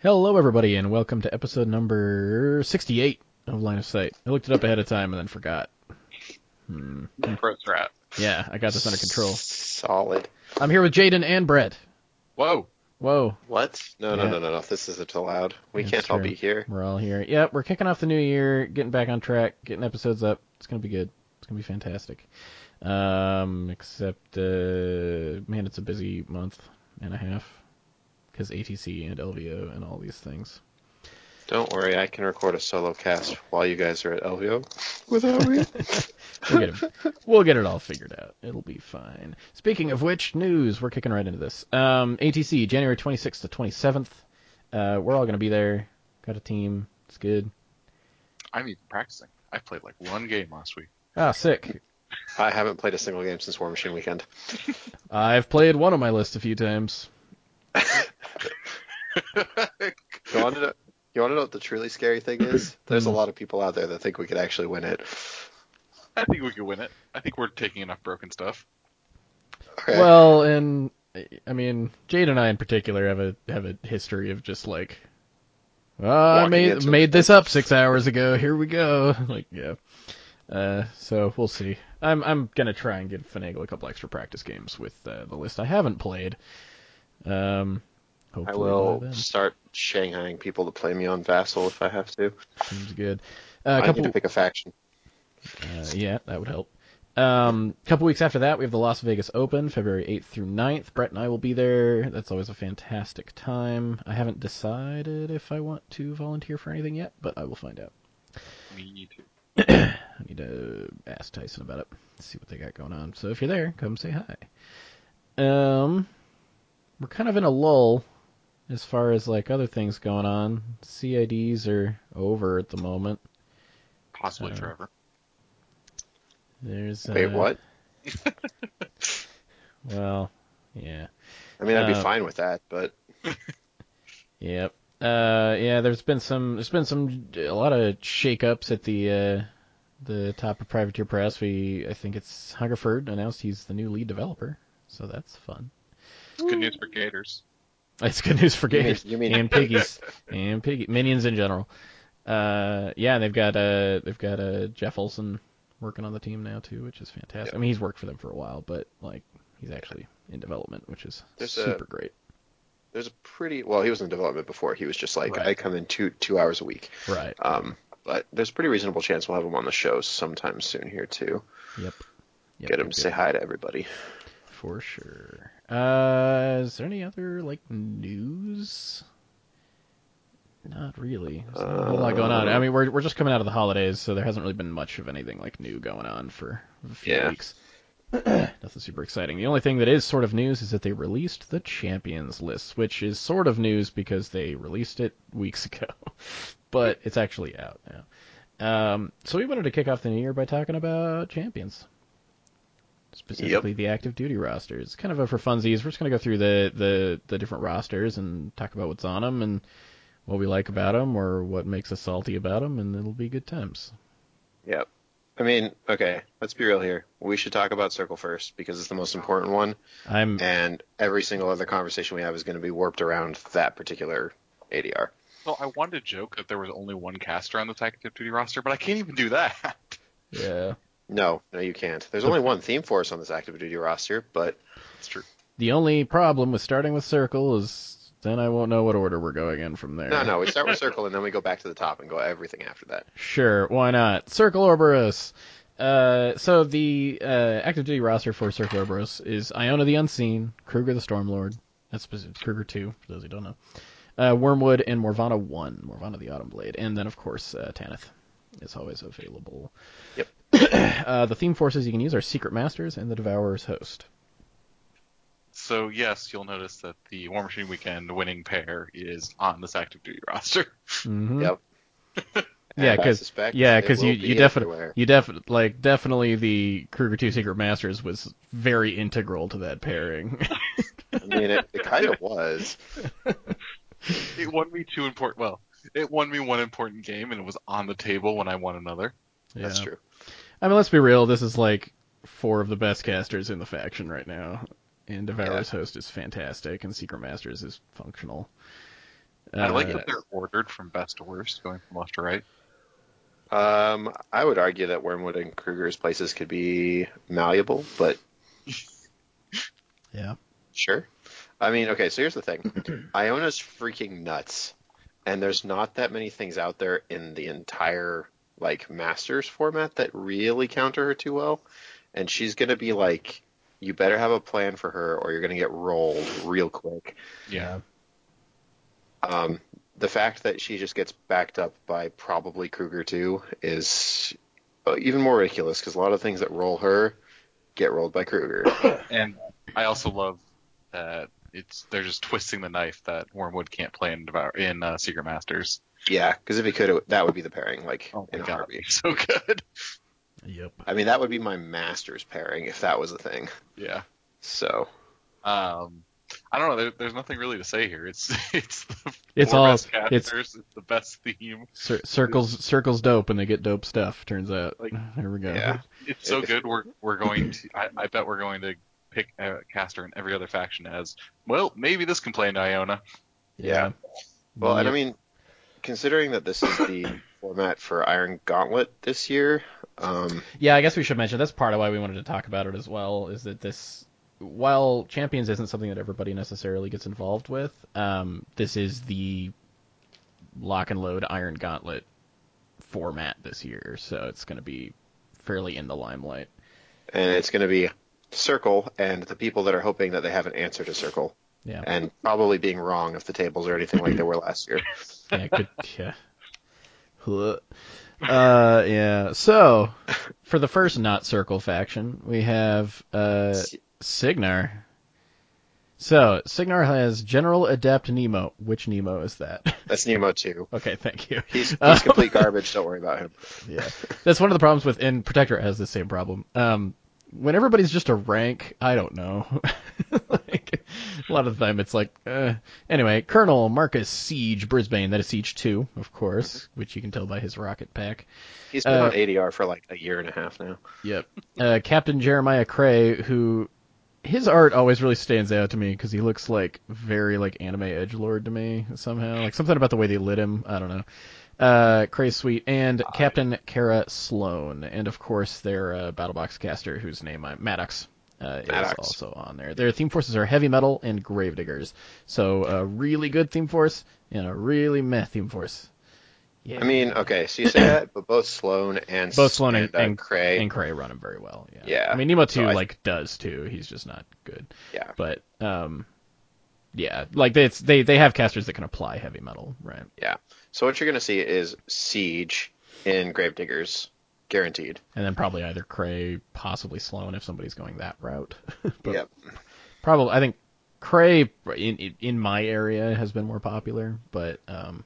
Hello, everybody, and welcome to episode number 68 of Line of Sight. I looked it up ahead of time and then forgot. Hmm. Bros Rat. Yeah, I got this under control. Solid. I'm here with Jaden and Brett. Whoa. Whoa, What? No, no, Yeah. no, no, no. This isn't allowed. We That's can't all true. be here. we're all here. Yep, we're kicking off the new year, getting back on track, getting episodes up. It's going to be good. It's going to be fantastic. Um, except, uh, man, it's a busy month and a half because ATC and LVO and all these things. Don't worry, I can record a solo cast while you guys are at LVO. Without me. We'll get, it, we'll get it all figured out. It'll be fine. Speaking of which, news. We're kicking right into this. Um, ATC, January 26th to 27th. Uh, we're all going to be there. Got a team. It's good. I'm even practicing. I played like one game last week. Ah, sick. I haven't played a single game since War Machine Weekend. I've played one on my list a few times. You want to know, you want to know what the truly scary thing is? There's a Hmm. lot of people out there that think we could actually win it. I think we could win it. I think we're taking enough broken stuff. Okay. Well, and I mean, Jade and I in particular have a have a history of just like, "Ah, I Walking made into- made this up six hours ago. Here we go. Like, yeah. Uh, so we'll see. I'm I'm gonna try and get finagle a couple extra practice games with uh, the list I haven't played. Um, I hopefully by will then. start shanghaiing people to play me on Vassal if I have to. Seems good. Uh, a I couple. need to pick a faction. Uh, yeah, that would help. Um, a couple weeks after that, we have the Las Vegas Open, February 8th through 9th. Brett and I will be there. That's always a fantastic time. I haven't decided if I want to volunteer for anything yet, but I will find out. Me too. I need to ask Tyson about it, see what they got going on. So if you're there, come say hi. Um, we're kind of in a lull as far as like other things going on. CIDs are over at the moment. Possibly Uh, forever. There's Wait, uh, what? Well, yeah. I mean, I'd be uh, fine with that, but Yep. Uh, yeah. There's been some. There's been some. A lot of shakeups at the uh, the top of Privateer Press. We, I think it's Hungerford announced he's the new lead developer. So that's fun. It's good news for Gators. That's good news for You mean- Gators you mean- and piggies and piggy minions in general. Uh, yeah. And they've got uh, they've got uh, Jeff Olson working on the team now too, which is fantastic. I mean, he's worked for them for a while, but like he's actually in development, which is There's a- super great. there's a pretty well. He was in development before. He was just like Right. I come in two two hours a week. Right. Um, but there's a pretty reasonable chance we'll have him on the show sometime soon here too. Yep. Yep, Get him yep, to yep. say hi to everybody. For sure. Uh, is there any other like news? Not really. There's not a whole lot going on. I mean, we're we're just coming out of the holidays, so there hasn't really been much of anything like new going on for a few Yeah. weeks. Nothing super exciting. The only thing that is sort of news is that they released the champions list, which is sort of news because they released it weeks ago, but it's actually out now. Um, so we wanted to kick off the new year by talking about champions, specifically the active duty rosters. Kind of a for funsies. We're just gonna go through the the the different rosters and talk about what's on them and what we like about them or what makes us salty about them, and it'll be good times. Yep. I mean, okay, let's be real here. We should talk about Circle first because it's the most important one, I'm and every single other conversation we have is going to be warped around that particular ADR. Well, I wanted to joke that there was only one caster on the Tactic Duty roster, but I can't even do that. yeah. No, no, you can't. There's only one theme force on this active duty roster, but It's true. The only problem with starting with circle is then I won't know what order we're going in from there. no, no, we start with Circle and then we go back to the top and go everything after that. Sure, why not? Circle Orboros. Uh, so the uh, active duty roster for Circle Orboros is Iona the Unseen, Kruger the Stormlord. That's spec- Kruger two for those who don't know. Uh, Wormwood and Morvana one, Morvana the Autumn Blade, and then of course uh, Tanith is always available. Yep. uh, the theme forces you can use are Secret Masters and the Devourer's Host. So, yes, you'll notice that the War Machine Weekend winning pair is on this active duty roster. Mhm. Yep. Yeah, And I 'cause- suspect yeah, it 'cause you- will be you defi- everywhere. You definitely like definitely the Kruger Two Secret Masters was very integral to that pairing. I mean, it, it kind of was. It won me two important. Well, it won me one important game, and it was on the table when I won another. That's Yeah. true. I mean, let's be real. This is like four of the best casters in the faction right now, and Devourer's Host is fantastic, and Secret Masters is functional. I like Uh, that they're ordered from best to worst, going from left to right. Um, I would argue that Wormwood and Kruger's places could be malleable, but Yeah. sure. I mean, okay, so here's the thing. Iona's freaking nuts, and there's not that many things out there in the entire like Masters format that really counter her too well, and she's gonna be like, you better have a plan for her, or you're gonna get rolled real quick. Yeah. Um, the fact that she just gets backed up by probably Kruger too is uh, even more ridiculous because a lot of things that roll her get rolled by Kruger. And I also love that it's they're just twisting the knife that Wormwood can't play in Devour, in uh, Secret Masters. yeah, because if he could, it, would- that would be the pairing. Like Oh my in a god, heartbeat. so good. Yep. I mean, that would be my master's pairing if that was a thing. Yeah. So Um, I don't know. There, there's nothing really to say here. It's it's the It's four all- best it's- casters. It's the best theme. Cir- circles circles dope and they get dope stuff. Turns out. Like, there we go. yeah. It's so If- good. We're we're going to. I, I bet we're going to pick a caster in every other faction as well. Maybe this can play in Iona. Yeah. well, and I Yep. mean, considering that this is the format for Iron Gauntlet this year, um, Yeah, I guess we should mention that's part of why we wanted to talk about it as well. Is that this, while Champions isn't something that everybody necessarily gets involved with, um, this is the lock and load Iron Gauntlet format this year, so it's going to be fairly in the limelight. and it's going to be Circle and the people that are hoping that they have an answer to Circle. Yeah. and probably being wrong if the tables are anything like they were last year. Yeah, good. yeah. Huh. Uh, yeah. So, for the first not circle faction, we have uh, Signar. So, Signar has General Adept Nemo. Which Nemo is that? That's Nemo too. okay, thank you. He's, he's Um, complete garbage. Don't worry about him. yeah. That's one of the problems with, and Protector has the same problem. Um, when everybody's just a rank, I don't know. like, a lot of the time it's like, uh. Anyway, Colonel Marcus Siege Brisbane, that is Siege 2, of course, which you can tell by his rocket pack. He's been Uh, on ADR for like a year and a half now. Yep. Uh, Captain Jeremiah Cray, who his art always really stands out to me because he looks like very like anime edge lord to me somehow. Like something about the way they lit him. I don't know. Uh, Cray Sweet and Captain Kara Sloan, and of course their uh, BattleBox caster, whose name I'm Maddox. Uh, is Maddox. also on there. Their theme forces are heavy metal and gravediggers. So a really good theme force and a really meh theme force. Yeah. I mean, okay, so you say that, but both Sloan and Both Sloan and- uh, and- Cray, and Cray run him very well. Yeah. Yeah. I mean, Nemo So too, I- like does too. He's just not good. Yeah. But um, yeah, like they it's, they they have casters that can apply heavy metal, right? yeah. So what you're gonna see is Siege in Gravediggers, guaranteed. And then probably either Cray, possibly Sloan, if somebody's going that route. but yep. probably I think Cray in in- in my area has been more popular, but um,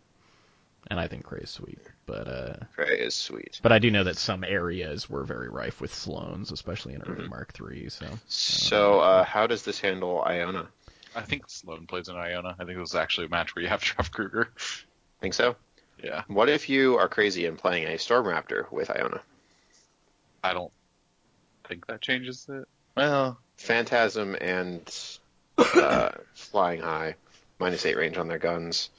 and I think Cray's sweet, but uh. Cray is sweet. But I do know that some areas were very rife with Sloans, especially in Mm-hmm. early Mark III. So So uh, how does this handle Iona? I think Sloan plays in Iona. I think it was actually a match where you have to have Kruger. Think so? Yeah. What if you are crazy and playing a Storm Raptor with Iona? I don't think that changes it. Well, Phantasm and uh, Flying High, minus eight range on their guns.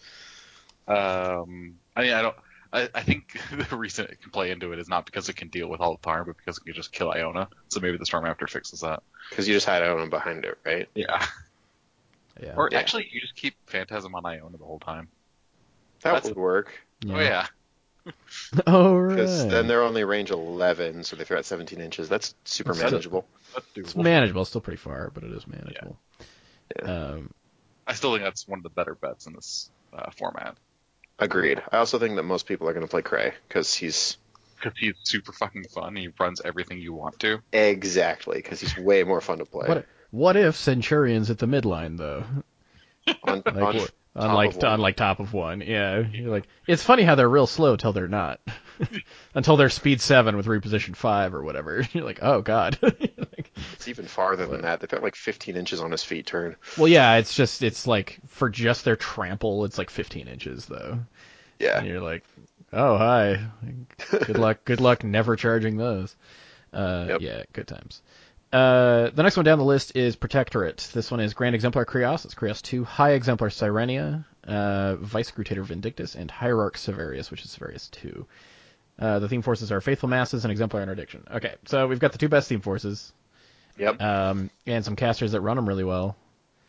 um, I mean, I don't. I, I think the reason it can play into it is not because it can deal with all the harm, but because it can just kill Iona. So maybe the Storm Raptor fixes that. Because you just hide Iona behind it, right? Yeah. yeah, Or Yeah. actually, you just keep Phantasm on Iona the whole time. That That's- would work. Oh yeah. All right. Because then they're only range 11, so if they're at 17 inches, that's super That's manageable. That's It's doable. manageable. It's still pretty far, but it is manageable. Yeah. Um, I still think that's one of the better bets in this uh, format Agreed. I also think that most people are going to play Cray, because he's. because he's super fucking fun. He runs everything you want to. Exactly, because he's way more fun to play. what what if Centurions at the midline though? on, Like on- what- Unlike of one. unlike top of one, yeah. You're like it's funny how they're real slow till they're not, until they're speed seven with reposition five or whatever. You're like, oh god. Like, it's even farther than that. They've got like 15 inches on his feet turn. well, yeah, it's just it's like for just their trample, it's like 15 inches though. Yeah. And you're like, oh hi, Like, good luck, good luck, never charging those. Uh, Yep. Yeah, good times. Uh, the next one down the list is Protectorate. This one is Grand Exemplar Krios. It's Krios 2, High Exemplar Sirenia, uh, Vice Scrutator Vindictus, and Hierarch Severius, which is Severius 2. Uh, the theme forces are Faithful Masses and Exemplar Interdiction. Okay, so we've got the two best theme forces, Yep, um, and some casters that run them really well,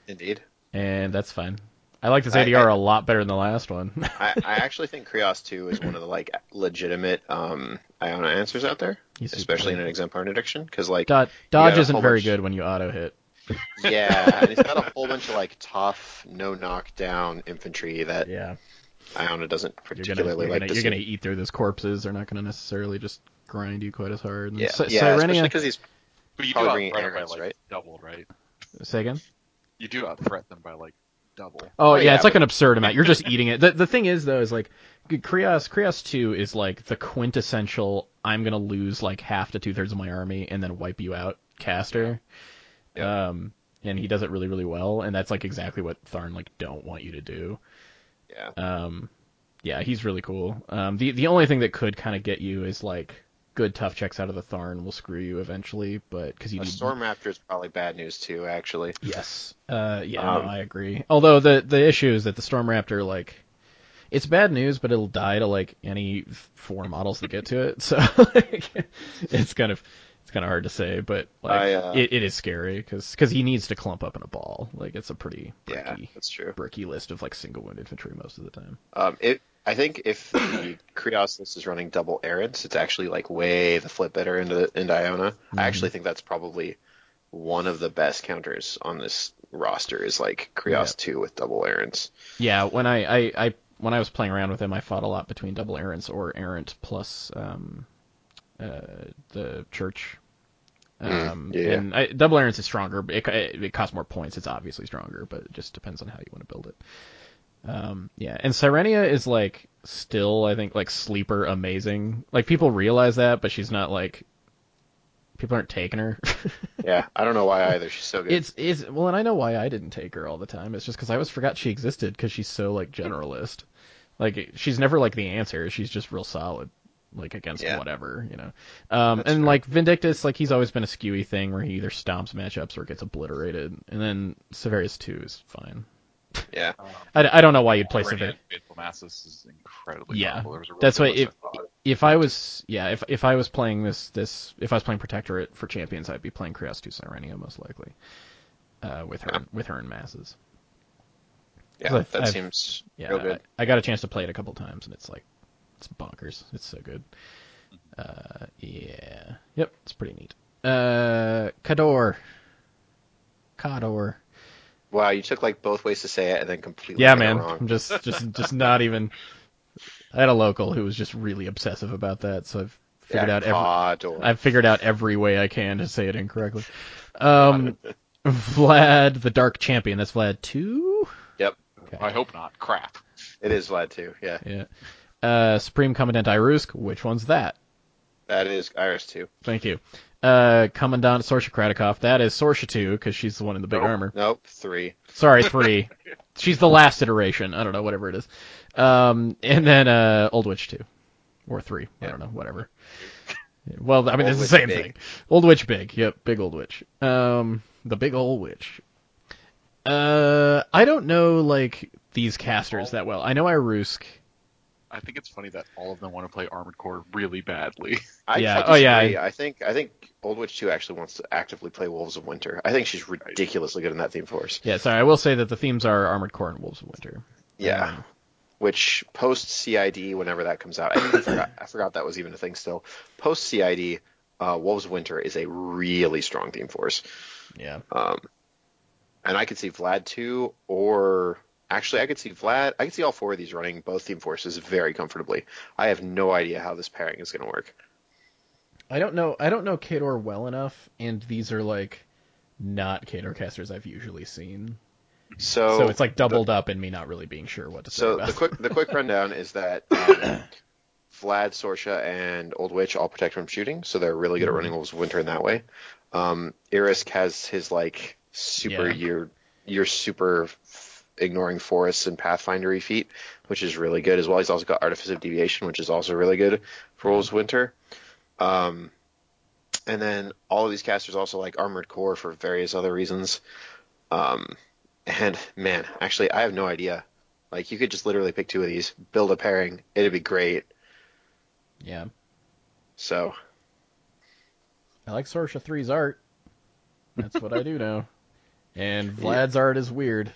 indeed. and that's fine. I like this I- ADR a I- lot better than the last one. I, I actually think Krios 2 is one of the like legitimate um, Iona answers out there, He's super especially in good. an exemplar addiction, because like Dod- got Dodge a isn't whole very bunch- good when you auto hit. yeah, and he's got a whole bunch of like tough, no knockdown infantry that Yeah, Iona doesn't you're gonna uh, particularly you're, like. gonna, to you're see. gonna eat through those corpses. They're not gonna necessarily just grind you quite as hard. And yeah, Sy- yeah, especially Sirenia- because he's But you do Probably out bringing threat by arrowheads, like right? double, right? say again. You do out threat them by like double. Oh, Oh, yeah, yeah, it's like but- an absurd amount. You're just eating it. The the thing is though is like g- Krios Krios two is like the quintessential. I'm gonna lose like half to two thirds of my army and then wipe you out caster. Yeah. Um, and he does it really really well, and that's like exactly what Tharn like don't want you to do. yeah. Um, yeah, he's really cool. Um, the the only thing that could kind of get you is like good tough checks out of the Tharn will screw you eventually, but because you A need storm raptor is probably bad news too, actually. Yes. Uh, yeah, Um, no, I agree. Although the the issue is that the Storm Raptor, like, it's bad news, but it'll die to like any f- four models that get to it. So like, it's kind of it's kind of hard to say, but like I, uh, it, it is scary because he needs to clump up in a ball. Like it's a pretty Yeah, bricky, that's true. bricky list of like single wound infantry most of the time. Um, it, I think if the Krios list is running double errants, it's actually like way the flip better into into Iona. Mm-hmm. I actually think that's probably one of the best counters on this roster is like Krios two with double errants. Yeah, when I, I, I when I was playing around with him, I fought a lot between double errants or errant plus um, uh, the church. Mm, Um, yeah. And I, double errants is stronger. but It, it, it costs more points. It's obviously stronger, but it just depends on how you want to build it. Um, yeah, and Sirenia is like still, I think, like sleeper amazing. Like people realize that, but she's not like people aren't taking her. Yeah, I don't know why either. She's so good. It's is well, and I know why I didn't take her all the time. It's just because I always forgot she existed because she's so like generalist. Like she's never like the answer. She's just real solid, like against Yeah. whatever you know. Um, That's and fair. like Vindictus, like he's always been a skewy thing where he either stomps matchups or gets obliterated. And then Severus two is fine. yeah, I, I don't know why you'd play Iranian Severus. Uh, Faithful Masses is incredibly Yeah. powerful. There was a really That's good why list if- I thought. If I was yeah, if if I was playing this this if I was playing Protectorate for champions, I'd be playing Krios two Sirenia most likely, uh, with her with her in masses. yeah, I've- that I've- seems Yeah, real good. I, I got a chance to play it a couple times, and it's like, it's bonkers. It's so good. Mm-hmm. Uh, yeah. Yep, it's pretty neat. Uh, Kador. Kador. Wow, you took like both ways to say it and then completely Yeah, got it man. I'm wrong. just, just, just not even. I had a local who was just really obsessive about that, so I've figured yeah, out every. Cador. I've figured out every way I can to say it incorrectly. Um, Vlad, the Dark Champion. That's Vlad two. Yep, Okay. I hope not. Crap. it is Vlad too. Yeah, Yeah. Uh, Supreme Commandant Irusk. Which one's that? that is Iris too. Thank you. Uh, Commandant Sorsha Kratikoff. That is Sorsha 2, because she's the one in the big Oh. Nope. armor. Nope, three. Sorry, 3. she's the last iteration. I don't know, whatever it is. Um, and then uh, Old Witch 2. Or 3. I don't know, whatever. Yeah, Well, I mean, Old it's the Witch same big. thing. Old Witch Big. Yep, Big Old Witch. Um, the Big Old Witch. Uh, I don't know, like, these casters that well. I know Irusk. I think it's funny that all of them want to play Armored Core really badly. I Yeah, I oh, yeah, disagree. I think I think Old Witch Two actually wants to actively play Wolves of Winter. I think she's ridiculously good in that theme force. Yeah, sorry, I will say that the themes are Armored Core and Wolves of Winter. Yeah, Um, which post CID whenever that comes out, I, even forgot, I forgot that was even a thing. Still, post CID, uh, Wolves of Winter is a really strong theme force, yeah. um, and I could see Vlad Two or actually I could see Vlad. I could see all four of these running both theme forces very comfortably. I have no idea how this pairing is going to work. I don't know. I don't know Kador well enough, and these are like not Kador casters I've usually seen. So, so it's like doubled up in me not really being sure what to say So about. the quick the quick rundown is that um, Vlad, Sorsha, and Old Witch all protect from shooting, so they're really good at Mm-hmm. running Wolves of Winter in that way. Um, Irisk has his like super Yeah. your your super f- ignoring forests and pathfindery feat, which is really good as well. He's also got Artifice of Deviation, which is also really good for Wolves of Winter. Um, and then all of these casters also like Armored Core for various other reasons. Um, and man, actually, I have no idea Like you could just literally pick two of these, build a pairing, it'd be great. Yeah. So I like Sorsha 3's art. That's what I do know. And Vlad's art is weird.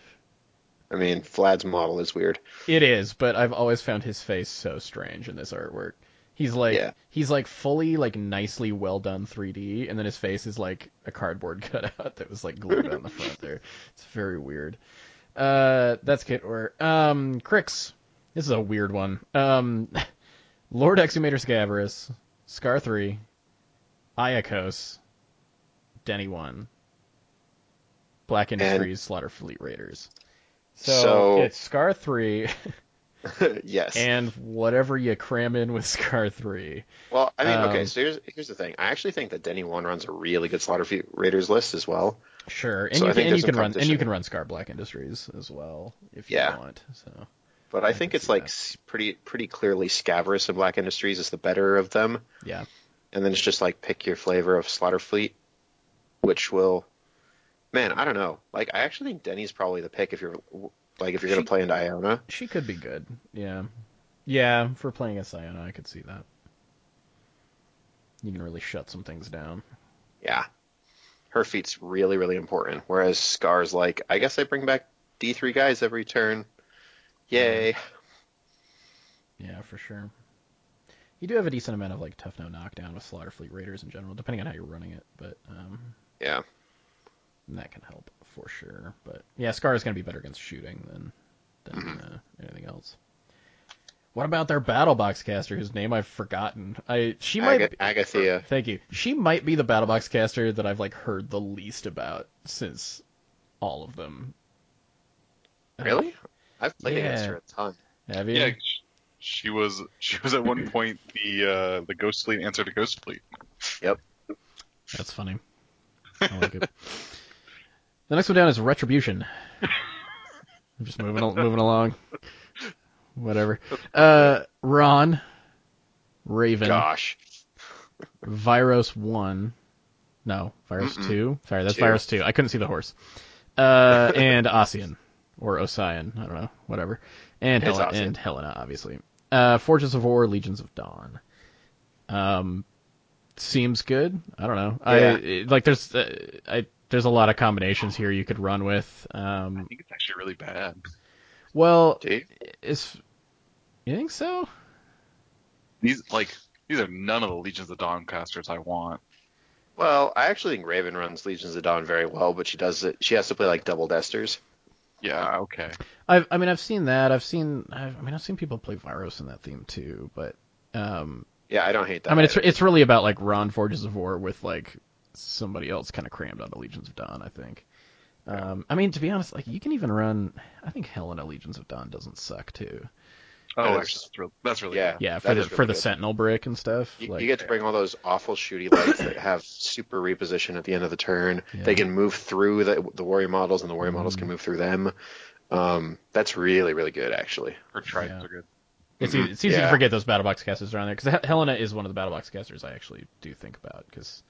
I mean, Vlad's model is weird. It is, but I've always found his face so strange in this artwork. He's like Yeah. he's like fully like nicely well done 3D, and then his face is like a cardboard cutout that was like glued on the front there. It's very weird. Uh, that's Kit Or. Um, Crix. This is a weird one. Um, Lord Exhumator Scabrous, Scar three, Iacos, Denny one, Black Industries, Slaughter Fleet Raiders. So, So- it's Scar three yes. and whatever you cram in with Scar three. well, I mean, okay. um, So here's here's the thing. I actually think that Denny One runs a really good Slaughter Fe- Raiders list as well. Sure, and So I you can, think and there's you some can run and you competition. can run Scar Black Industries as well if Yeah. you want. So But I, I think can it's see like that. s pretty pretty clearly Scavarous and Black Industries is the better of them, yeah, and then it's just like pick your flavor of Slaughter Fleet, which will, man, I don't know. Like I actually think Denny's probably the pick if you're like if you're gonna She- play into Iona. she could be good. Yeah, yeah, for playing a Siona, I could see that. You can really shut some things down. Yeah, her feet's really really important. Whereas Scar's like, I guess I bring back D three guys every turn. Mm-hmm. Yay! Yeah, for sure. You do have a decent amount of like tough no knockdown with Slaughter Fleet Raiders in general, depending on how you're running it, but um, Yeah, that can help for sure. But yeah, Scar is going to be better against shooting than than uh, anything else. What about their battle box caster, whose name I've forgotten? I she might. Aga- be- Agathea. thank you. She might be the battle box caster that I've like heard the least about since all of them. Really? I've played against Yeah. her a ton. Have you? Yeah, sh- she was she was at one point the uh, the Ghost Fleet answer to Ghost Fleet. That's funny. I like it. The next one down is Retribution. I'm just moving al- moving along. Whatever. Uh, Ron, Raven, Gosh, Virus One. No, Virus Mm-mm. Two. Sorry, that's Two. Virus Two. I couldn't see the horse. Uh, and Ossian or Osian. I don't know. Whatever. And It's Helena, Ossian. and Helena, obviously. Uh, Forges of War, Legions of Dawn. Um, seems good. I don't know. I Yeah. it- like there's uh, I there's a lot of combinations here you could run with. I Um, think it's actually really bad. well, Dave. is you think so? These like these are none of the Legions of Dawn casters I want. Well, I actually think Raven runs Legions of Dawn very well, but she does it. She has to play like double desters. Yeah, okay. I've, I mean, I've seen that. I've seen. I've, I mean, I've seen people play Virus in that theme too. But um, Yeah, I don't hate that. I mean, it's either. it's really about like Ron Forges of War with like somebody else kind of crammed onto Legions of Dawn. I think. Um, I mean, to be honest, like you can even run. I think Helena Legions of Dawn doesn't suck too. Oh, that's- that's, just real- that's really Yeah. bad. Yeah, That for the is for really the good. Sentinel brick and stuff. you, like, you get to bring all those awful shooty lights that have super reposition at the end of the turn. Yeah. They can move through the the warrior models, and the warrior models Mhm. can move through them. Um, that's really really good actually. Her tries Yeah. are good. it's easy, it's easy to Yeah. forget those battle box casters around there because Helena is one of the battle box casters I actually do think about because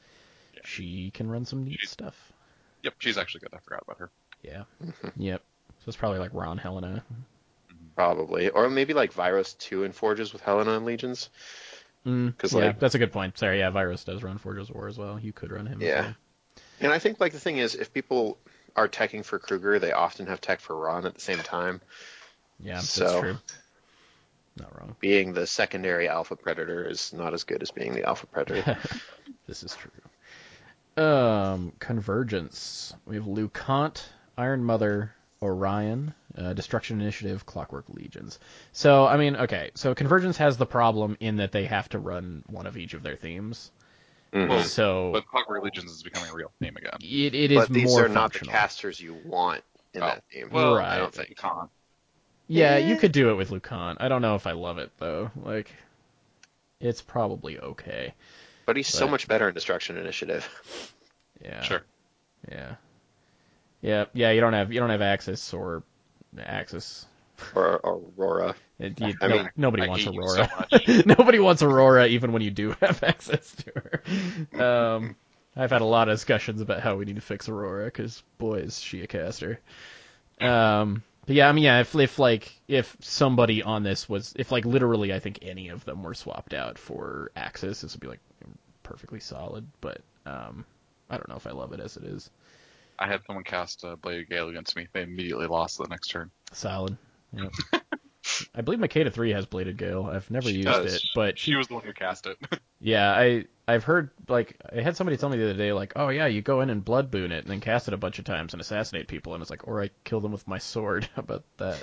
Yeah. she can run some neat She's- stuff. Yep, she's actually good. I forgot about her. Yeah. Mm-hmm. Yep. So it's probably like Ron Helena. Probably, or maybe like Virus two and Forges with Helena and Legions. Mm, 'Cause, yeah, like- that's a good point. Sorry, yeah, Virus does run Forges of War as well. You could run him. as Yeah. well. And I think like the thing is, if people are teching for Kruger, they often have tech for Ron at the same time, yeah, that's So- true. Not wrong. being the secondary alpha predator is not as good as being the alpha predator. This is true. Um, convergence. We have Lucant, Iron Mother, Orion, uh, Destruction Initiative, Clockwork Legions. So I mean, okay, so convergence has the problem in that they have to run one of each of their themes. Mhm. so But Clockwork Legions is becoming a real name again. it, it is but these more are not the functional. casters you want in Oh. that game. Well, Right. I don't think. Con. Yeah, Yeah. you could do it with Lucan. I don't know if I love it though. Like, it's probably okay. But he's so But- much better in Destruction Initiative. Yeah. Sure. Yeah. Yeah. Yeah. You don't have you don't have Axis or Axis. Or, or Aurora. It- you- I no- mean, nobody I wants hate you Aurora. so much. nobody wants Aurora, even when you do have access to her. Um, I've had a lot of discussions about how we need to fix Aurora because boy is she a caster. Um, But yeah, I mean, yeah, if, if like if somebody on this was if like literally, I think any of them were swapped out for Axis, this would be like perfectly solid. But um, I don't know if I love it as it is. I had someone cast uh, Blade of Gale against me. They immediately lost the next turn. Solid. Yep. I believe Makeda three has bladed gale. I've never She used does. it, but She was the one who cast it. Yeah, I I've heard like I had somebody tell me the other day like, oh yeah, you go in and blood boon it and then cast it a bunch of times and assassinate people, and it's like, or I kill them with my sword. How about that?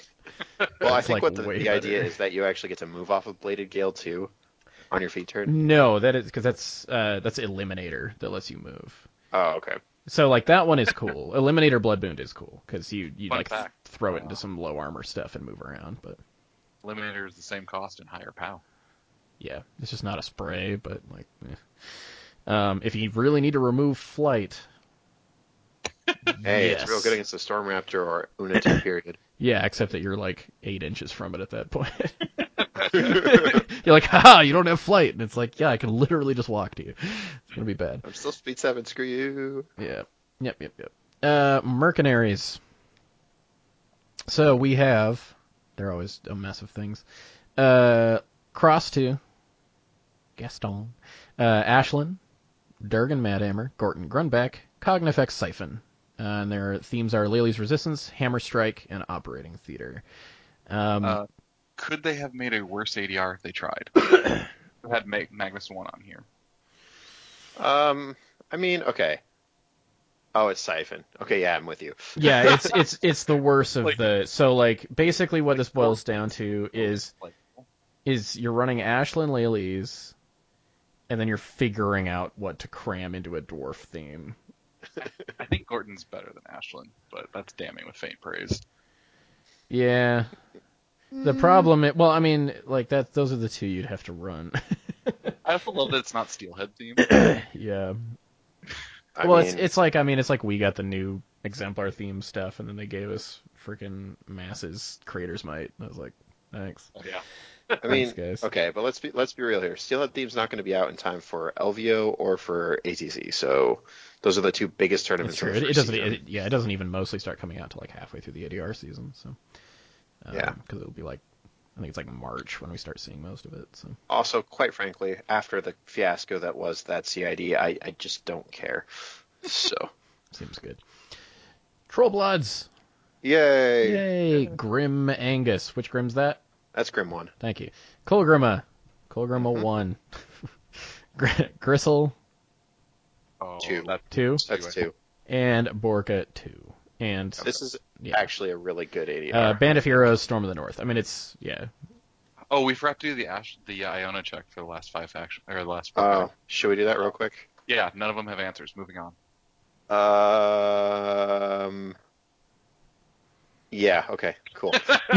Well, I That's, think like, what the, way the idea better. is that you actually get to move off of Bladed Gale too, on your feet turn. No, that is because that's uh, that's eliminator that lets you move. Oh, okay. So like that one is cool. eliminator blood boon is cool because you you Fun like th- fact. throw it into some low armor stuff and move around, but Eliminator is the same cost and higher POW. yeah, it's just not a spray, but like, eh. um, if you really need to remove flight. Hey, it's real yes. good against the Storm Raptor or Una two period. Yeah, except that you're like eight inches from it at that point. you're like, haha, you don't have flight. And it's like, yeah, I can literally just walk to you. It's going to be bad. I'm still speed seven. Screw you. Yeah. Yep, yep, yep. Uh, mercenaries. So we have, they're always a mess of things. Uh, Cross 2, Gaston, uh, Ashlyn, Durgan Madhammer, Gorton Grunbeck, Cognifex Siphon. Uh, and their themes are Lily's Resistance, Hammer Strike, and Operating Theater. Um, Uh, could they have made a worse ADR if they tried? had Mag- Magnus one on here. Um, I mean, okay. Oh, it's Siphon. Okay, yeah, I'm with you. yeah, it's it's it's the worst of Like- the. So like basically what this boils down to is like, is you're running Ashland Lilies, and then you're figuring out what to cram into a dwarf theme. I think Gordon's better than Ashlyn, but that's damning with faint praise. Yeah. The problem, it, well, I mean, like that. Those are the two you'd have to run. I also love that it's not Steelhead themed. yeah. I well, mean, it's it's like I mean, it's like we got the new exemplar theme stuff, and then they gave us freaking masses creators might. I was like, thanks. yeah. I mean, thanks, guys. okay, but let's be let's be real here. Steelhead Theme's not going to be out in time for LVO or for ATC. So those are the two biggest It's tournaments. true. of It, the it first doesn't. season. It, yeah, it doesn't even mostly start coming out till like halfway through the ADR season. So Yeah. because it'll be like I think it's like March when we start seeing most of it. So also, quite frankly, after the fiasco that was that CID, I, I just don't care. So, seems good. Trollbloods, yay. yay! Grim Angus, which Grim's that? That's Grim One. Thank you. Colgrima, Colgrima Mm-hmm. one. Gr- Gristle Oh, Two. that- two, That's Anyway. two. and Borka two, and This is yeah. actually a really good ADR. uh, Band of Heroes, Storm of the North. I mean, it's yeah, oh, we forgot to do the Ash, the Iona check for the last five faction or the last. Four Uh, fac- should we do that real quick? yeah, none of them have answers. Moving on. Um. Yeah. Okay. Cool. I,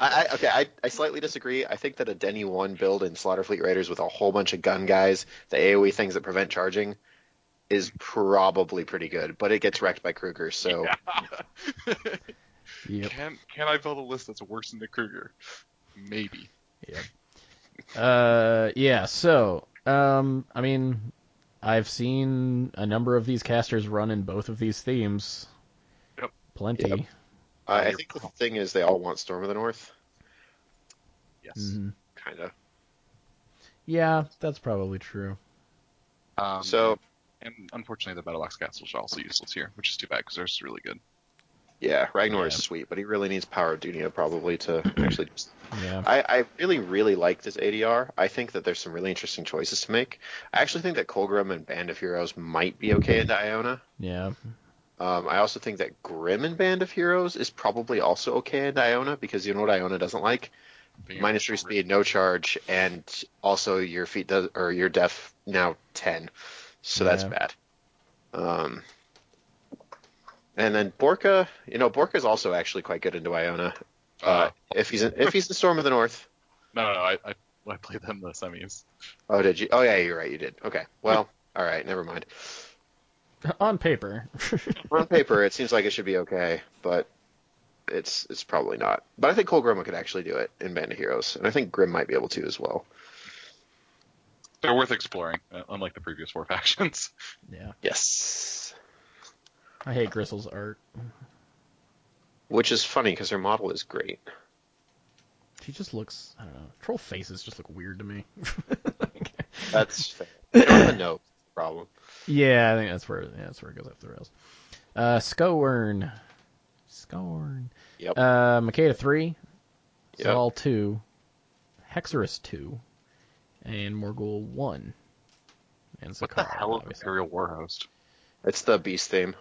I, okay. I, I slightly disagree. I think that a Denny one build in Slaughter Fleet Raiders with a whole bunch of gun guys, the AOE things that prevent charging, is probably pretty good. But it gets wrecked by Kruger. So yep. Can can I build a list that's worse than the Kruger? Maybe. Uh, yeah. So, um, I mean, I've seen a number of these casters run in both of these themes. Yep. Plenty. Yep. I, I think the thing is they all want Storm of the North, Yes. Mm-hmm. Mhm. kind of. Yeah, that's probably true. Um, So and unfortunately, the Battleaxe castles are also useless here, which is too bad because they're just really good. yeah, Ragnar is Yeah. sweet, but he really needs Power of Dunia probably to actually do Yeah. I, I really, really like this ADR. I think that there's some really interesting choices to make. I actually think that Colgrim and Band of Heroes might be okay into Iona. Yeah. Um, I also think that Grim and Band of Heroes is probably also okay into Iona because you know what Iona doesn't like: Being minus three speed, no charge, and also your feet does or your def now ten, so that's Yeah. bad. Um, and then Borka, you know, Borka's also actually quite good into Iona. Uh, if he's in, if he's the Storm of the North. No, no, no I, I I played them in the semis. Oh, did you? Oh, yeah, you're right. You did. Okay. Well, all right. Never mind. On paper. On paper, it seems like it should be okay, but it's it's probably not. But I think Cole Grima could actually do it in Band of Heroes, and I think Grim might be able to as well. They're worth exploring, uh, unlike the previous four factions. yeah. Yes. I hate Gristle's art. which is funny because her model is great. She just looks. I don't know. Troll faces just look weird to me. That's fair. They don't have a no problem. yeah, I think that's where yeah, that's where it goes off the rails. Uh, Scorn. Scorn. Yep. Uh, Makeda three. Yep. Zal two. Hexorus two. And Morgul one. And What the Sakara, hell is obviously. Imperial Warhost? It's the beast theme.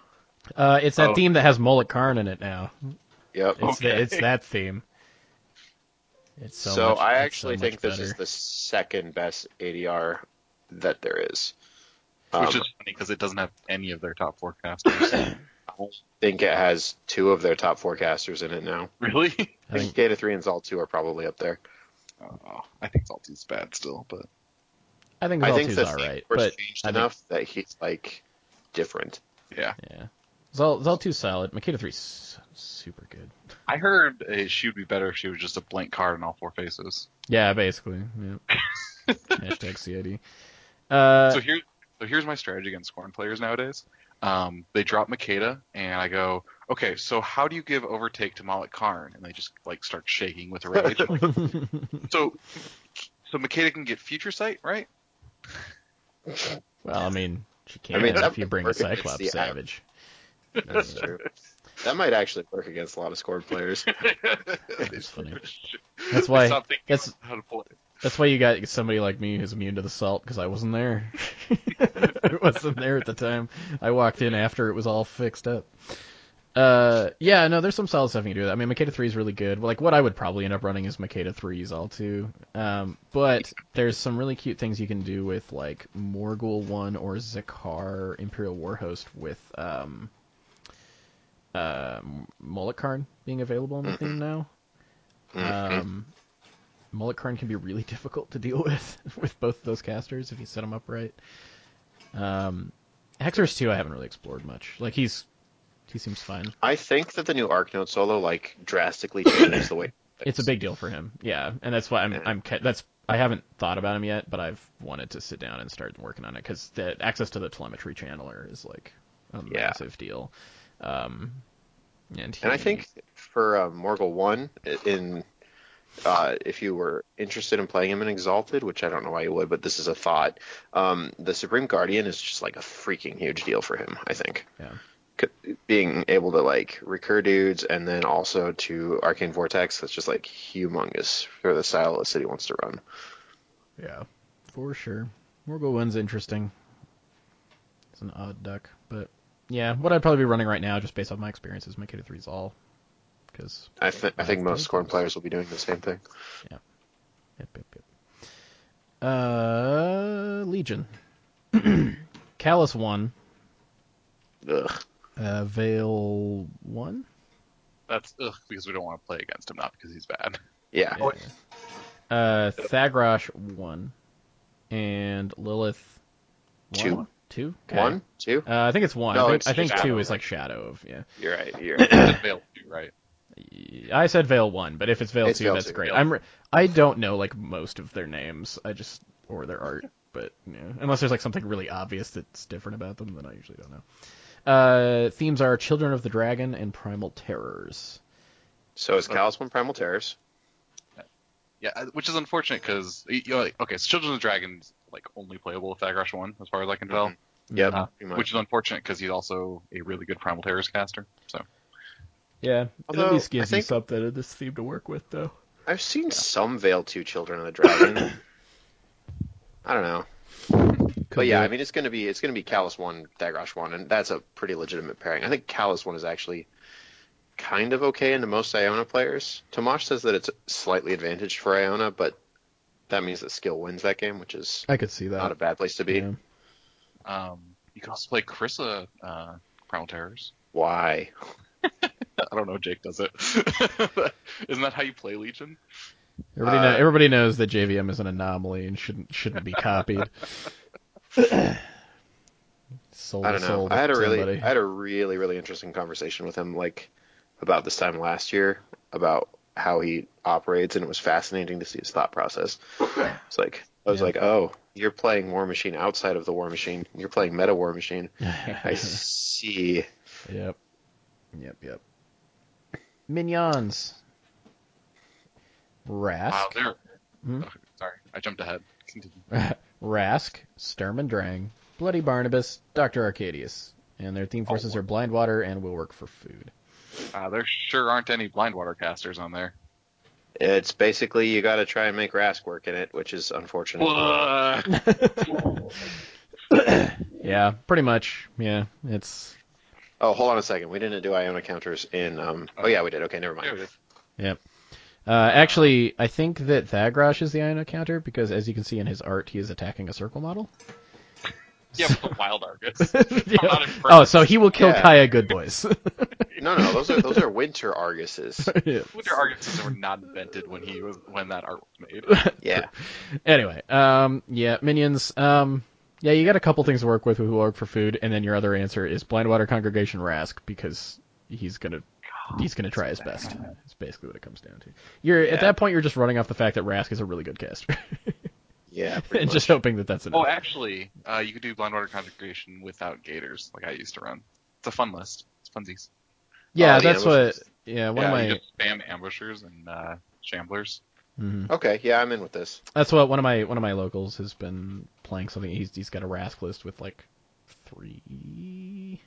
Uh, it's that Oh. theme that has Moloch Karn in it now. Yep. It's the- Okay. it's that theme. It's so. much- So, I it's so actually much think this is better. the second best ADR that there is. Um, Which is funny because it doesn't have any of their top forecasters. I think it has two of their top forecasters in it now. really? I think Data 3 and Zal 2 are probably up there. Oh, I think Zalti's bad still, but I think I Zal think two's the all theme right, was but changed I think- enough that he's like different. yeah. yeah, Zal Zal two's solid. Makeda three's super good. I heard uh, she would be better if she was just a blank card on all four faces. Yeah, basically. Yeah. Hashtag CID. Uh, so here, so here's my strategy against scorn players nowadays. Um, they drop Makeda, and I go, okay, so how do you give overtake to Malik Karn? And they just like start shaking with rage. I'm like, so, so Makeda can get future sight, right? well, I mean, she can mean, that if you bring a would work. It's Cyclops the Savage. That's true. That might actually work against a lot of scored players. That's funny. That's why- Stop thinking that's- about how to play. That's why you got somebody like me who's immune to the salt because I wasn't there. I wasn't there at the time. I walked in after it was all fixed up. Uh, yeah, no, there's some solid stuff you can do. with that. I mean, Makeda three is really good. Like what I would probably end up running is Makeda threes all two. Um, but there's some really cute things you can do with like Morgul one or Zakar Imperial Warhost with um, uh, Moloch Karn being available in the theme now. Um, Mullet Karn can be really difficult to deal with with both of those casters if you set them up right. Um, Hexorus two I haven't really explored much. Like he's he seems fine. I think that the new Arknote solo like drastically changes the way. It's a big deal for him. Yeah, and that's why I'm Yeah. I'm ca- that's I haven't thought about him yet, but I've wanted to sit down and start working on it because the access to the telemetry channeler is like a Yeah. massive deal. Um, and And I he- think for uh, Morgul One, i- in uh, if you were interested in playing him in Exalted, which I don't know why you would, but this is a thought. Um, the Supreme Guardian is just like a freaking huge deal for him. I think. Yeah. C- Being able to like recur dudes and then also to Arcane Vortex, that's just like humongous for the style the city wants to run. Yeah, for sure. Morgul one's interesting. It's an odd duck, but yeah, what I'd probably be running right now, just based off my experience, is Makita three's all, because I, th- I think most Scorn players will be doing the same thing. yep, yep, yep. Uh, Legion, Callus one, Ugh. uh, Veil one. That's ugh, because we don't want to play against him, not because he's bad. Yeah. Yeah. Uh, Thagrosh one, and Lilith one? Two. Two. Okay. One, two. Uh, I think it's one. No, I think, it's I think Shadow, two is right? like Shadow of yeah. You're right. You're right. That's Vale too, right? I said Veil One, but if it's Veil It's Two, Veil that's 2, great. yeah. I'm re- I don't know like most of their names. I just or their art, but you know, unless there's like something really obvious that's different about them, then I usually don't know. Uh, themes are Children of the Dragon and Primal Terrors. So is Callus one Primal Terrors? Yeah, uh, which is unfortunate because okay, so Children of the Dragons like only playable with Thagrush one, as far as I can tell, Yep. Uh, pretty much. which is unfortunate because he's also a really good Primal Terrors caster. So yeah, it at Although, least I gives you think- something in this theme to work with, though. I've seen some Veil 2 Children of the Dragon. I don't know. but yeah, I mean it's gonna be it's gonna be Callus one, Dagrosh one, and that's a pretty legitimate pairing. I think Callus one is actually kind of okay into most Iona players. Tomash says that it's slightly advantaged for Iona, but that means that skill wins that game, which is I could see that. not a bad place to be. Yeah. um, you can also play Chrisa uh, Primal Terrors. Why? I don't know, Jake does it. Isn't that how you play Legion? Everybody, Uh, know, everybody knows that JVM is an anomaly and shouldn't shouldn't be copied. sold, I don't know. sold I had a to really, somebody. I had a really, really interesting conversation with him, like about this time last year, about how he operates, and it was fascinating to see his thought process. It's like I was Yeah. like, oh, you're playing War Machine outside of the War Machine. You're playing Meta War Machine. I see. Yep. Yep, yep. Minions. Rask. Wow, Uh, there. Hmm? Oh, sorry, I jumped ahead. Continue. Rask, Sturm and Drang, Bloody Barnabas, Dr. Arcadius. And their theme forces are Blind Water and Will Work for Food. Uh, there sure aren't any blind water casters on there. It's basically you got to try and make Rask work in it, which is unfortunate. Blah. Yeah, pretty much. Yeah, it's. Oh, hold on a second. We didn't do Iona counters in. Um... Oh yeah, we did. Okay, never mind. There it is. Yep. Uh, actually, I think that Thagrosh is the Iona counter because, as you can see in his art, he is attacking a circle model. Yeah, but the wild Argus. not impressed. oh, so he will kill Yeah. Kaya Good Boys. No, no, those are those are winter Arguses. Yeah. Winter Arguses were not invented when he was when that art was made. Yeah, Anyway, um, yeah, minions. Um, yeah, you got a couple things to work with with Ulog for food, and then your other answer is Blindwater Congregation Rask because he's gonna he's gonna try his best. It's basically what it comes down to. You're at Yeah. that point, you're just running off the fact that Rask is a really good caster, yeah. pretty and much. just hoping that that's enough. Oh, actually, uh, you could do blind water congregation without gators, like I used to run. It's a fun list. It's funsies. yeah, oh, the that's what. ambushes. Yeah, one yeah, of my you just spam ambushers and uh, shamblers. mhm. Okay, yeah, I'm in with this. That's what one of my one of my locals has been playing something. He's he's got a Rask list with like three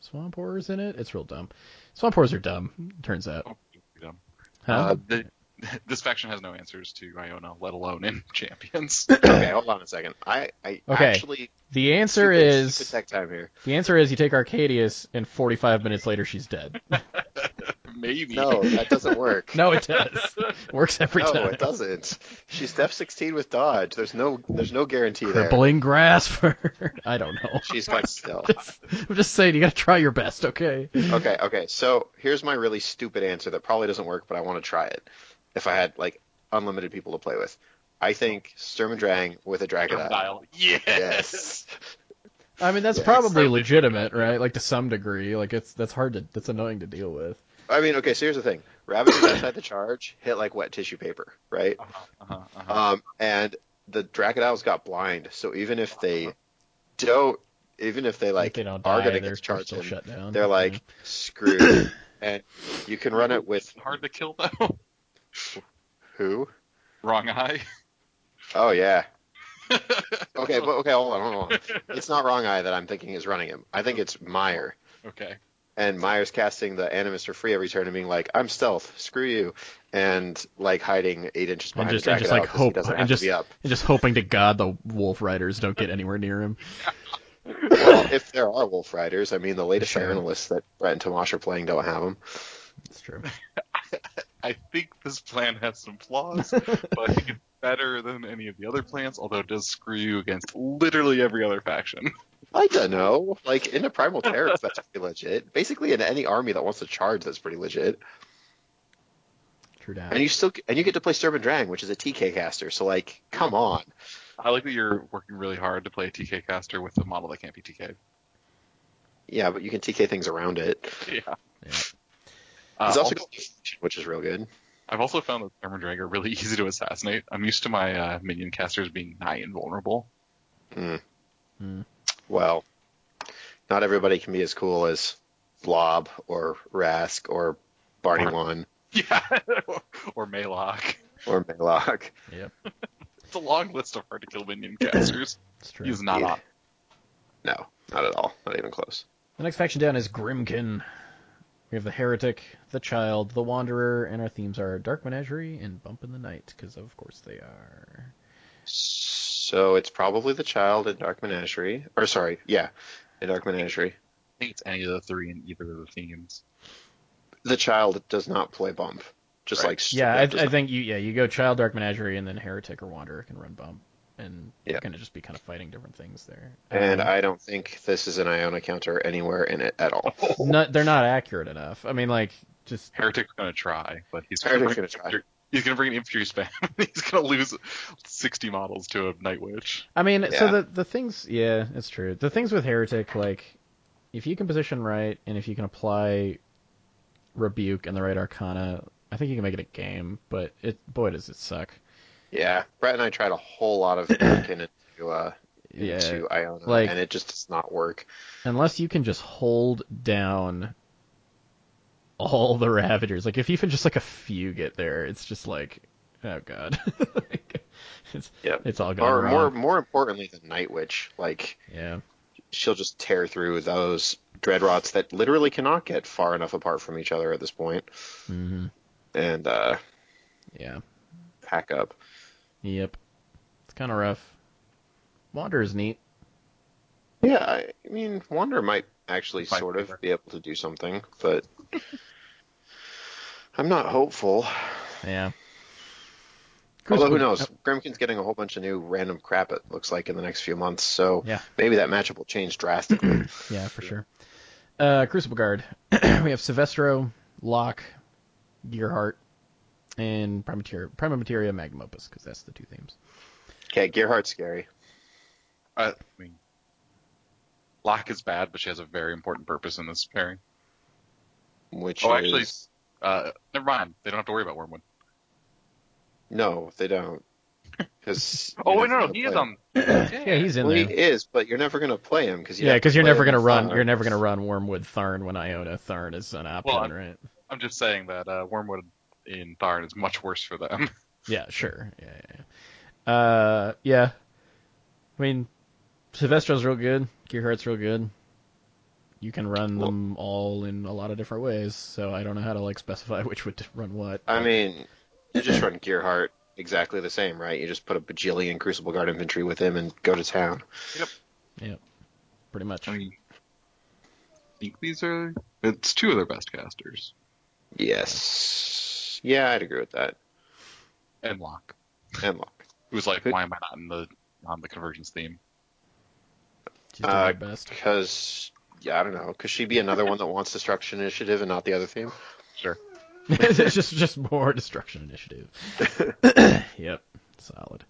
swamp horrors in it. It's real dumb. Swamp horrors are dumb. Turns out. Oh, you dumb. Huh? Uh, the, this faction has no answers to Iona, let alone in champions. Okay, hold on a second. I, I Okay. actually the answer stupid- is stupid tech time here. the answer is you take Arcadius and 45 minutes later she's dead. Maybe. No, that doesn't work. No, it does. Works every No, time. Oh, it doesn't. She's step 16 with dodge. There's no there's no guarantee there. Crippling grasp. for- I don't know. She's got still. I'm just saying you gotta try your best, okay? Okay, okay. So here's my really stupid answer that probably doesn't work, but I want to try it. If I had like unlimited people to play with, I think Sturm and Drang with a Dragonite. Crocodile. Yes. Yes. I mean that's Yeah, probably certainly- legitimate, right? Like to some degree. Like it's that's hard to that's annoying to deal with. I mean, okay. So here's the thing: Ravager's outside the charge, hit like wet tissue paper, right? Uh-huh, uh-huh, uh-huh. Um, and the Dracodile's got blind, so even if they don't, even if they like they don't are die, going to they're- get charged, they're still in, shut down. they're like screwed. and you can run it with Hard to kill though. who? Wrong eye. Oh yeah. Okay, but okay, hold on, hold on. It's not wrong eye that I'm thinking is running him. I think it's Meyer. Okay. And Meyer's casting the Animus for free every turn and being like, "I'm stealth, screw you," and like hiding eight inches and behind just, the and Dracodile just like 'cause he hope doesn't have and just to be up. and just hoping to God the Wolf Riders don't get anywhere near him. well, if there are wolf riders, I mean, the latest Sure. journalists that Brett and Tomash are playing don't have them. It's true. I think this plan has some flaws, but I think it's better than any of the other plans, although it does screw you against literally every other faction. I don't know. Like in the primal terrors, that's pretty legit. Basically, in any army that wants to charge, that's pretty legit. True down. And you still and you get to play Sturm and Drang, which is a TK caster. So like, come on. I like that you're working really hard to play a TK caster with a model that can't be TK. Yeah, but you can TK things around it. Yeah. Yeah. Uh, He's also also- got Fusion, which is real good. I've also found that Thermal Drag are really easy to assassinate. I'm used to my uh, minion casters being nigh invulnerable. Well, not everybody can be as cool as Blob or Rask or Barney One Yeah. or Maylock. or Maylock. Yep, It's a long list of hard to kill minion casters. it's true. He's not Yeah. on. No, not at all. Not even close. The next faction down is Grimkin. We have the Heretic, the Child, the Wanderer, and our themes are Dark Menagerie and Bump in the Night, because of course they are. So it's probably the child in Dark Menagerie, or sorry, yeah, in Dark Menagerie. I think it's any of the three in either of the themes. The child does not play bump, just Right. like straight Yeah, I, up does I not. think you yeah you go Child, Dark Menagerie, and then Heretic or Wanderer can run Bump, and Yeah. you're gonna just be kind of fighting different things there. and Uh, I don't think this is an Iona counter anywhere in it at all. no- they're not accurate enough. I mean, like just Heretic's gonna try, but he's Heretic's bring gonna try. infantry- He's gonna bring an infantry spam. he's gonna lose sixty models to a night witch. I mean, so Yeah. the the things, yeah, it's true. The things with heretic, like if you can position right and if you can apply rebuke and the right arcana, I think you can make it a game. But it, boy, does it suck. Yeah, Brett and I tried a whole lot of Darkin into uh, Yeah, into Iona, like- and it just does not work. unless you can just hold down all the Ravagers. Like if even just like a few get there, it's just like, oh god, Like, it's Yep. it's all gone Or wrong. more more importantly, the Night Witch. Like Yeah, she'll just tear through those dreadrots that literally cannot get far enough apart from each other at this point, hmm and uh, yeah, pack up. yep. It's kind of rough. Wander is neat. Yeah, I I mean, Wander might actually My sort favorite. of be able to do something, but I'm not hopeful. Yeah. Although who Crucible- knows? oh, Grimkin's getting a whole bunch of new random crap. It looks like in the next few months, so Yeah. maybe that matchup will change drastically. Oh, yeah, for sure. Uh, Crucible Guard. we have Silvestro, Locke, Gearhart, and Primateria, Prima Materia Magnum Opus, because that's the two themes. okay, Gearhart's scary. I mean, Locke is bad, but she has a very important purpose in this pairing. Which Oh, is... actually, uh, never mind. They don't have to worry about Wormwood. No, they don't. Because Oh wait, no, no, he is on. Yeah, he's in Well, he there. is, but you're never going to play him because Yeah, because you're never gonna run. You're never gonna run Wormwood Tharn when Iona Tharn is an option, I'm- right? I'm just saying that uh, Wormwood in Tharn is much worse for them. Yeah, sure. Yeah, yeah, yeah. Uh, yeah. I mean, Silvestro's real good. Gearhart's real good. You can run Well- them all in a lot of different ways, so I don't know how to like specify which would run what. I mean, you just run Gearhart exactly the same, right? You just put a bajillion Crucible Guard infantry with him and go to town. pretty much. I mean, I think these are. It's two of their best casters, Yes. Yeah, I'd agree with that. and Locke, And look, who's like, Good. why am I not in the on the convergence theme? She's doing uh, her best. because yeah, I don't know. Could she be another one that wants Destruction Initiative and not the other theme? Sure. it's just just more destruction initiative. yep, solid.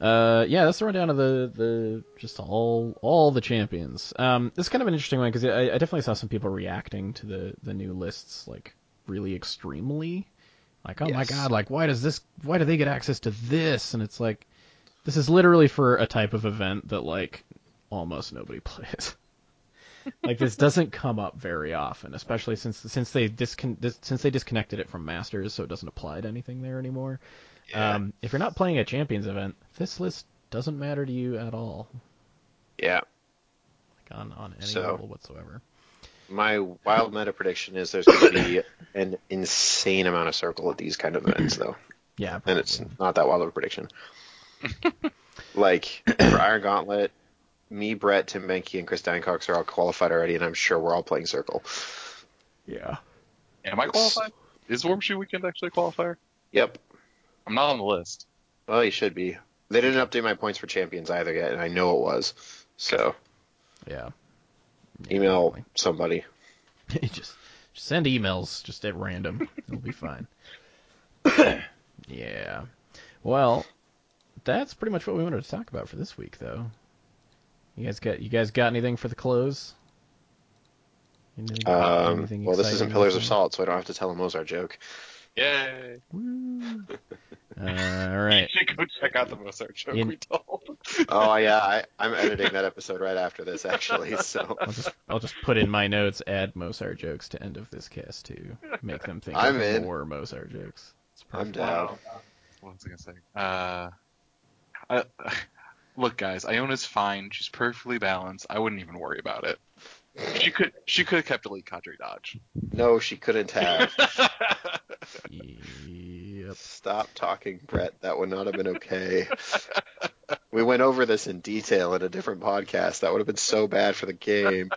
Uh, yeah, that's the rundown of the the just all all the champions. Um, this is kind of an interesting one because I, I definitely saw some people reacting to the the new lists like really extremely, like oh my Yes. god, like why does this why do they get access to this? And it's like this is literally for a type of event that like almost nobody plays. like this doesn't come up very often, especially since since they discon- dis- since they disconnected it from Masters, so it doesn't apply to anything there anymore. Um, if you're not playing a Champions event, this list doesn't matter to you at all, Yeah. like on on any So- level whatsoever. My wild meta prediction is there's going to be an insane amount of circle at these kind of events, though. Yeah, and it's not that wild of a prediction. like for Iron Gauntlet, me, Brett, Tim Benke, and Chris Dancox are all qualified already, and I'm sure we're all playing Circle. yeah. Am I qualified? Is Wormshoe Weekend actually a qualifier? Yep. I'm not on the list. Well, you should be. They didn't update my points for champions either yet, and I know it was. So Yeah. email definitely. somebody. just, just send emails just at random. It'll be fine. yeah. Well, that's pretty much what we wanted to talk about for this week, though. You guys got you guys got anything for the close? Anything- Um, anything well, this isn't exciting Pillars of happening? Salt, so I don't have to tell a Mozart joke. Yay! Woo. Uh, all right. You should go check out the Mozart joke In- we told. Oh yeah, I, I'm editing that episode right after this, actually. So I'll just I'll just put in my notes add Mozart jokes to end of this cast to make them think I'm of in. more Mozart jokes. It's I'm perfect. down. What was I gonna say? Uh, I, look, guys, Iona's fine. She's perfectly balanced. I wouldn't even worry about it. She could, she could have kept elite cadre dodge. No, she couldn't have. Yep. Stop talking, Brett. That would not have been okay. we went over this in detail in a different podcast. That would have been so bad for the game.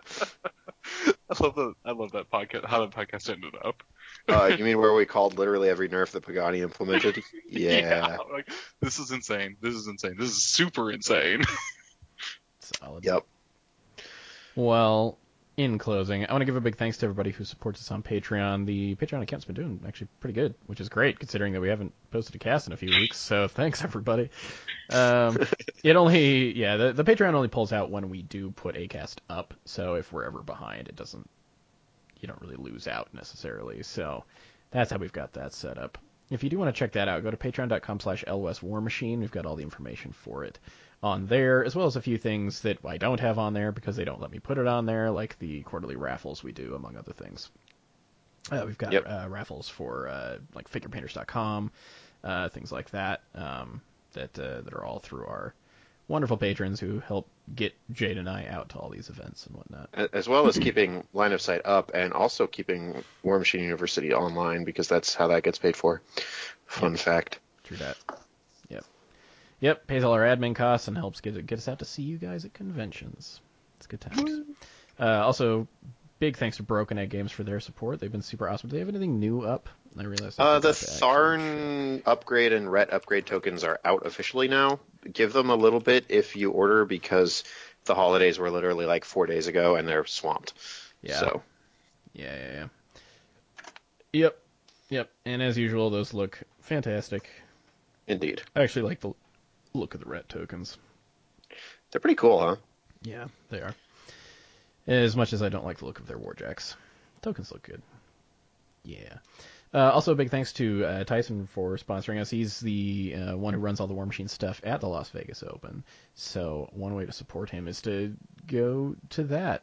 I love the, I love that podcast. How that podcast ended up. Uh, you mean where we called literally every nerf that Pagani implemented? Yeah. I'm like, this is insane. This is insane. This is super insane. Solid. Yep. Well, in closing, I want to give a big thanks to everybody who supports us on Patreon. The Patreon account's been doing actually pretty good, which is great considering that we haven't posted a cast in a few weeks. So thanks everybody. Um, it only yeah the, the Patreon only pulls out when we do put a cast up. So if we're ever behind, it doesn't you don't really lose out necessarily. So that's how we've got that set up. If you do want to check that out, go to patreon.com slash LOS War Machine. We've got all the information for it on there, as well as a few things that I don't have on there because they don't let me put it on there, like the quarterly raffles we do, among other things. Uh, we've got Yep. uh, raffles for uh, like figurepainters.com, uh, things like that, um, that uh, that are all through our wonderful patrons who help get Jade and I out to all these events and whatnot. A- as well as keeping line of sight up and also keeping War Machine University online because that's how that gets paid for. Fun fact. True that. Yep. Yep. Pays all our admin costs and helps get get us out to see you guys at conventions. It's good times. Uh, also, big thanks to Broken Egg Games for their support. They've been super awesome. Do they have anything new up? I realized. I Uh, the forgot to actually check. Tharn upgrade and Ret upgrade tokens are out officially now. Give them a little bit if you order because the holidays were literally like four days ago and they're swamped. Yeah. So Yeah, yeah, yeah. Yep. Yep. And as usual, those look fantastic. indeed, I actually like the look of the rat tokens. they're pretty cool, huh? Yeah, they are. As much as I don't like the look of their warjacks, tokens look good. Yeah. Uh, also, big thanks to uh, Tyson for sponsoring us. He's the uh, one who runs all the War Machine stuff at the Las Vegas Open. So one way to support him is to go to that,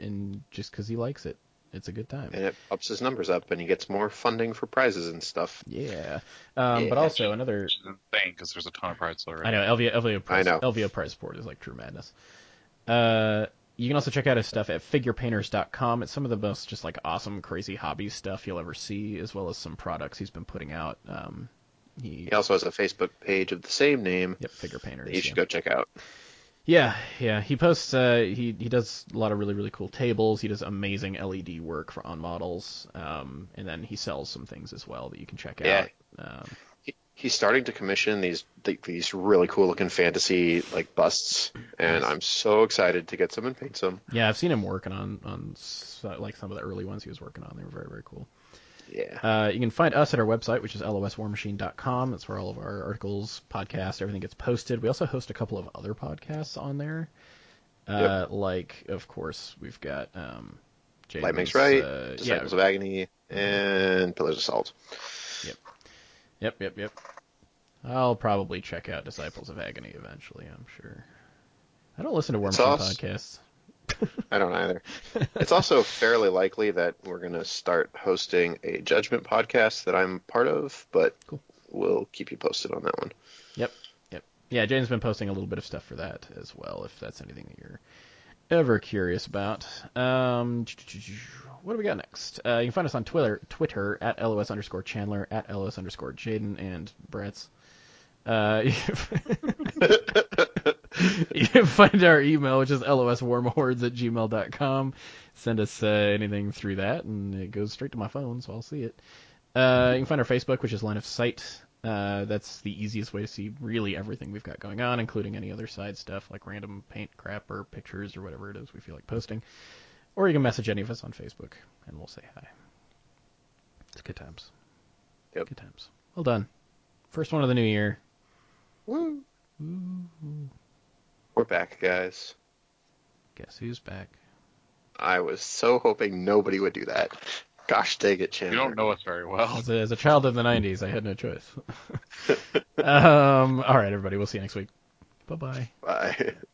and just because he likes it, it's a good time. And it ups his numbers up and he gets more funding for prizes and stuff. Yeah. Um, But Yeah. also another Which is insane because there's a ton of prizes already. I know LVO LVO price, I know. LVO price support is like true madness. Uh, you can also check out his stuff at figurepainters.com. It's some of the most just like awesome, crazy hobby stuff you'll ever see, as well as some products he's been putting out. Um, he He also has a Facebook page of the same name yep, figure painters. that you should yeah. go check out. Yeah, yeah. He posts. Uh, he he does a lot of really really cool tables. He does amazing LED work for on models. Um, and then he sells some things as well that you can check Yeah. out. Um, He- He's starting to commission these th- these really cool looking fantasy like busts, and I'm so excited to get some and paint some. yeah, I've seen him working on on s- like some of the early ones he was working on. They were very very cool. Yeah, Uh, you can find us at our website, which is loswarmachine.com. That's where all of our articles, podcasts, everything gets posted. We also host a couple of other podcasts on there. Uh, Like, of course, we've got um, James, Light Makes Right, Uh, yeah, Disciples of Agony, and Pillars of Salt. yep, yep, yep. I'll probably check out Disciples of Agony eventually. I'm sure. I don't listen to War It's Machine awes- podcasts. I don't either. it's also fairly likely that we're going to start hosting a Judgment podcast that I'm part of, but Cool. we'll keep you posted on that one. Yep, yep. Yeah, James has been posting a little bit of stuff for that as well. If that's anything that you're ever curious about. Um, what do we got next? Uh, you can find us on Twitter, Twitter at los underscore Chandler at los underscore Jaden and Brett's. Uh, you can- you can find our email, which is loswarmhordes at gmail.com. Send us uh, anything through that, and it goes straight to my phone, so I'll see it. Uh, you can find our Facebook, which is Line of Sight. Uh, that's the easiest way to see really everything we've got going on, including any other side stuff like random paint crap or pictures or whatever it is we feel like posting. Or you can message any of us on Facebook, and we'll say hi. It's good times. Yep. Good times. Well done. First one of the new year. Woo. We're back, guys. Guess who's back? I was so hoping nobody would do that. Gosh, dang it, You Chandler. don't know us very well. As a, as a child of the 90s, I had no choice. um, all right, everybody. We'll see you next week. Bye bye. Bye.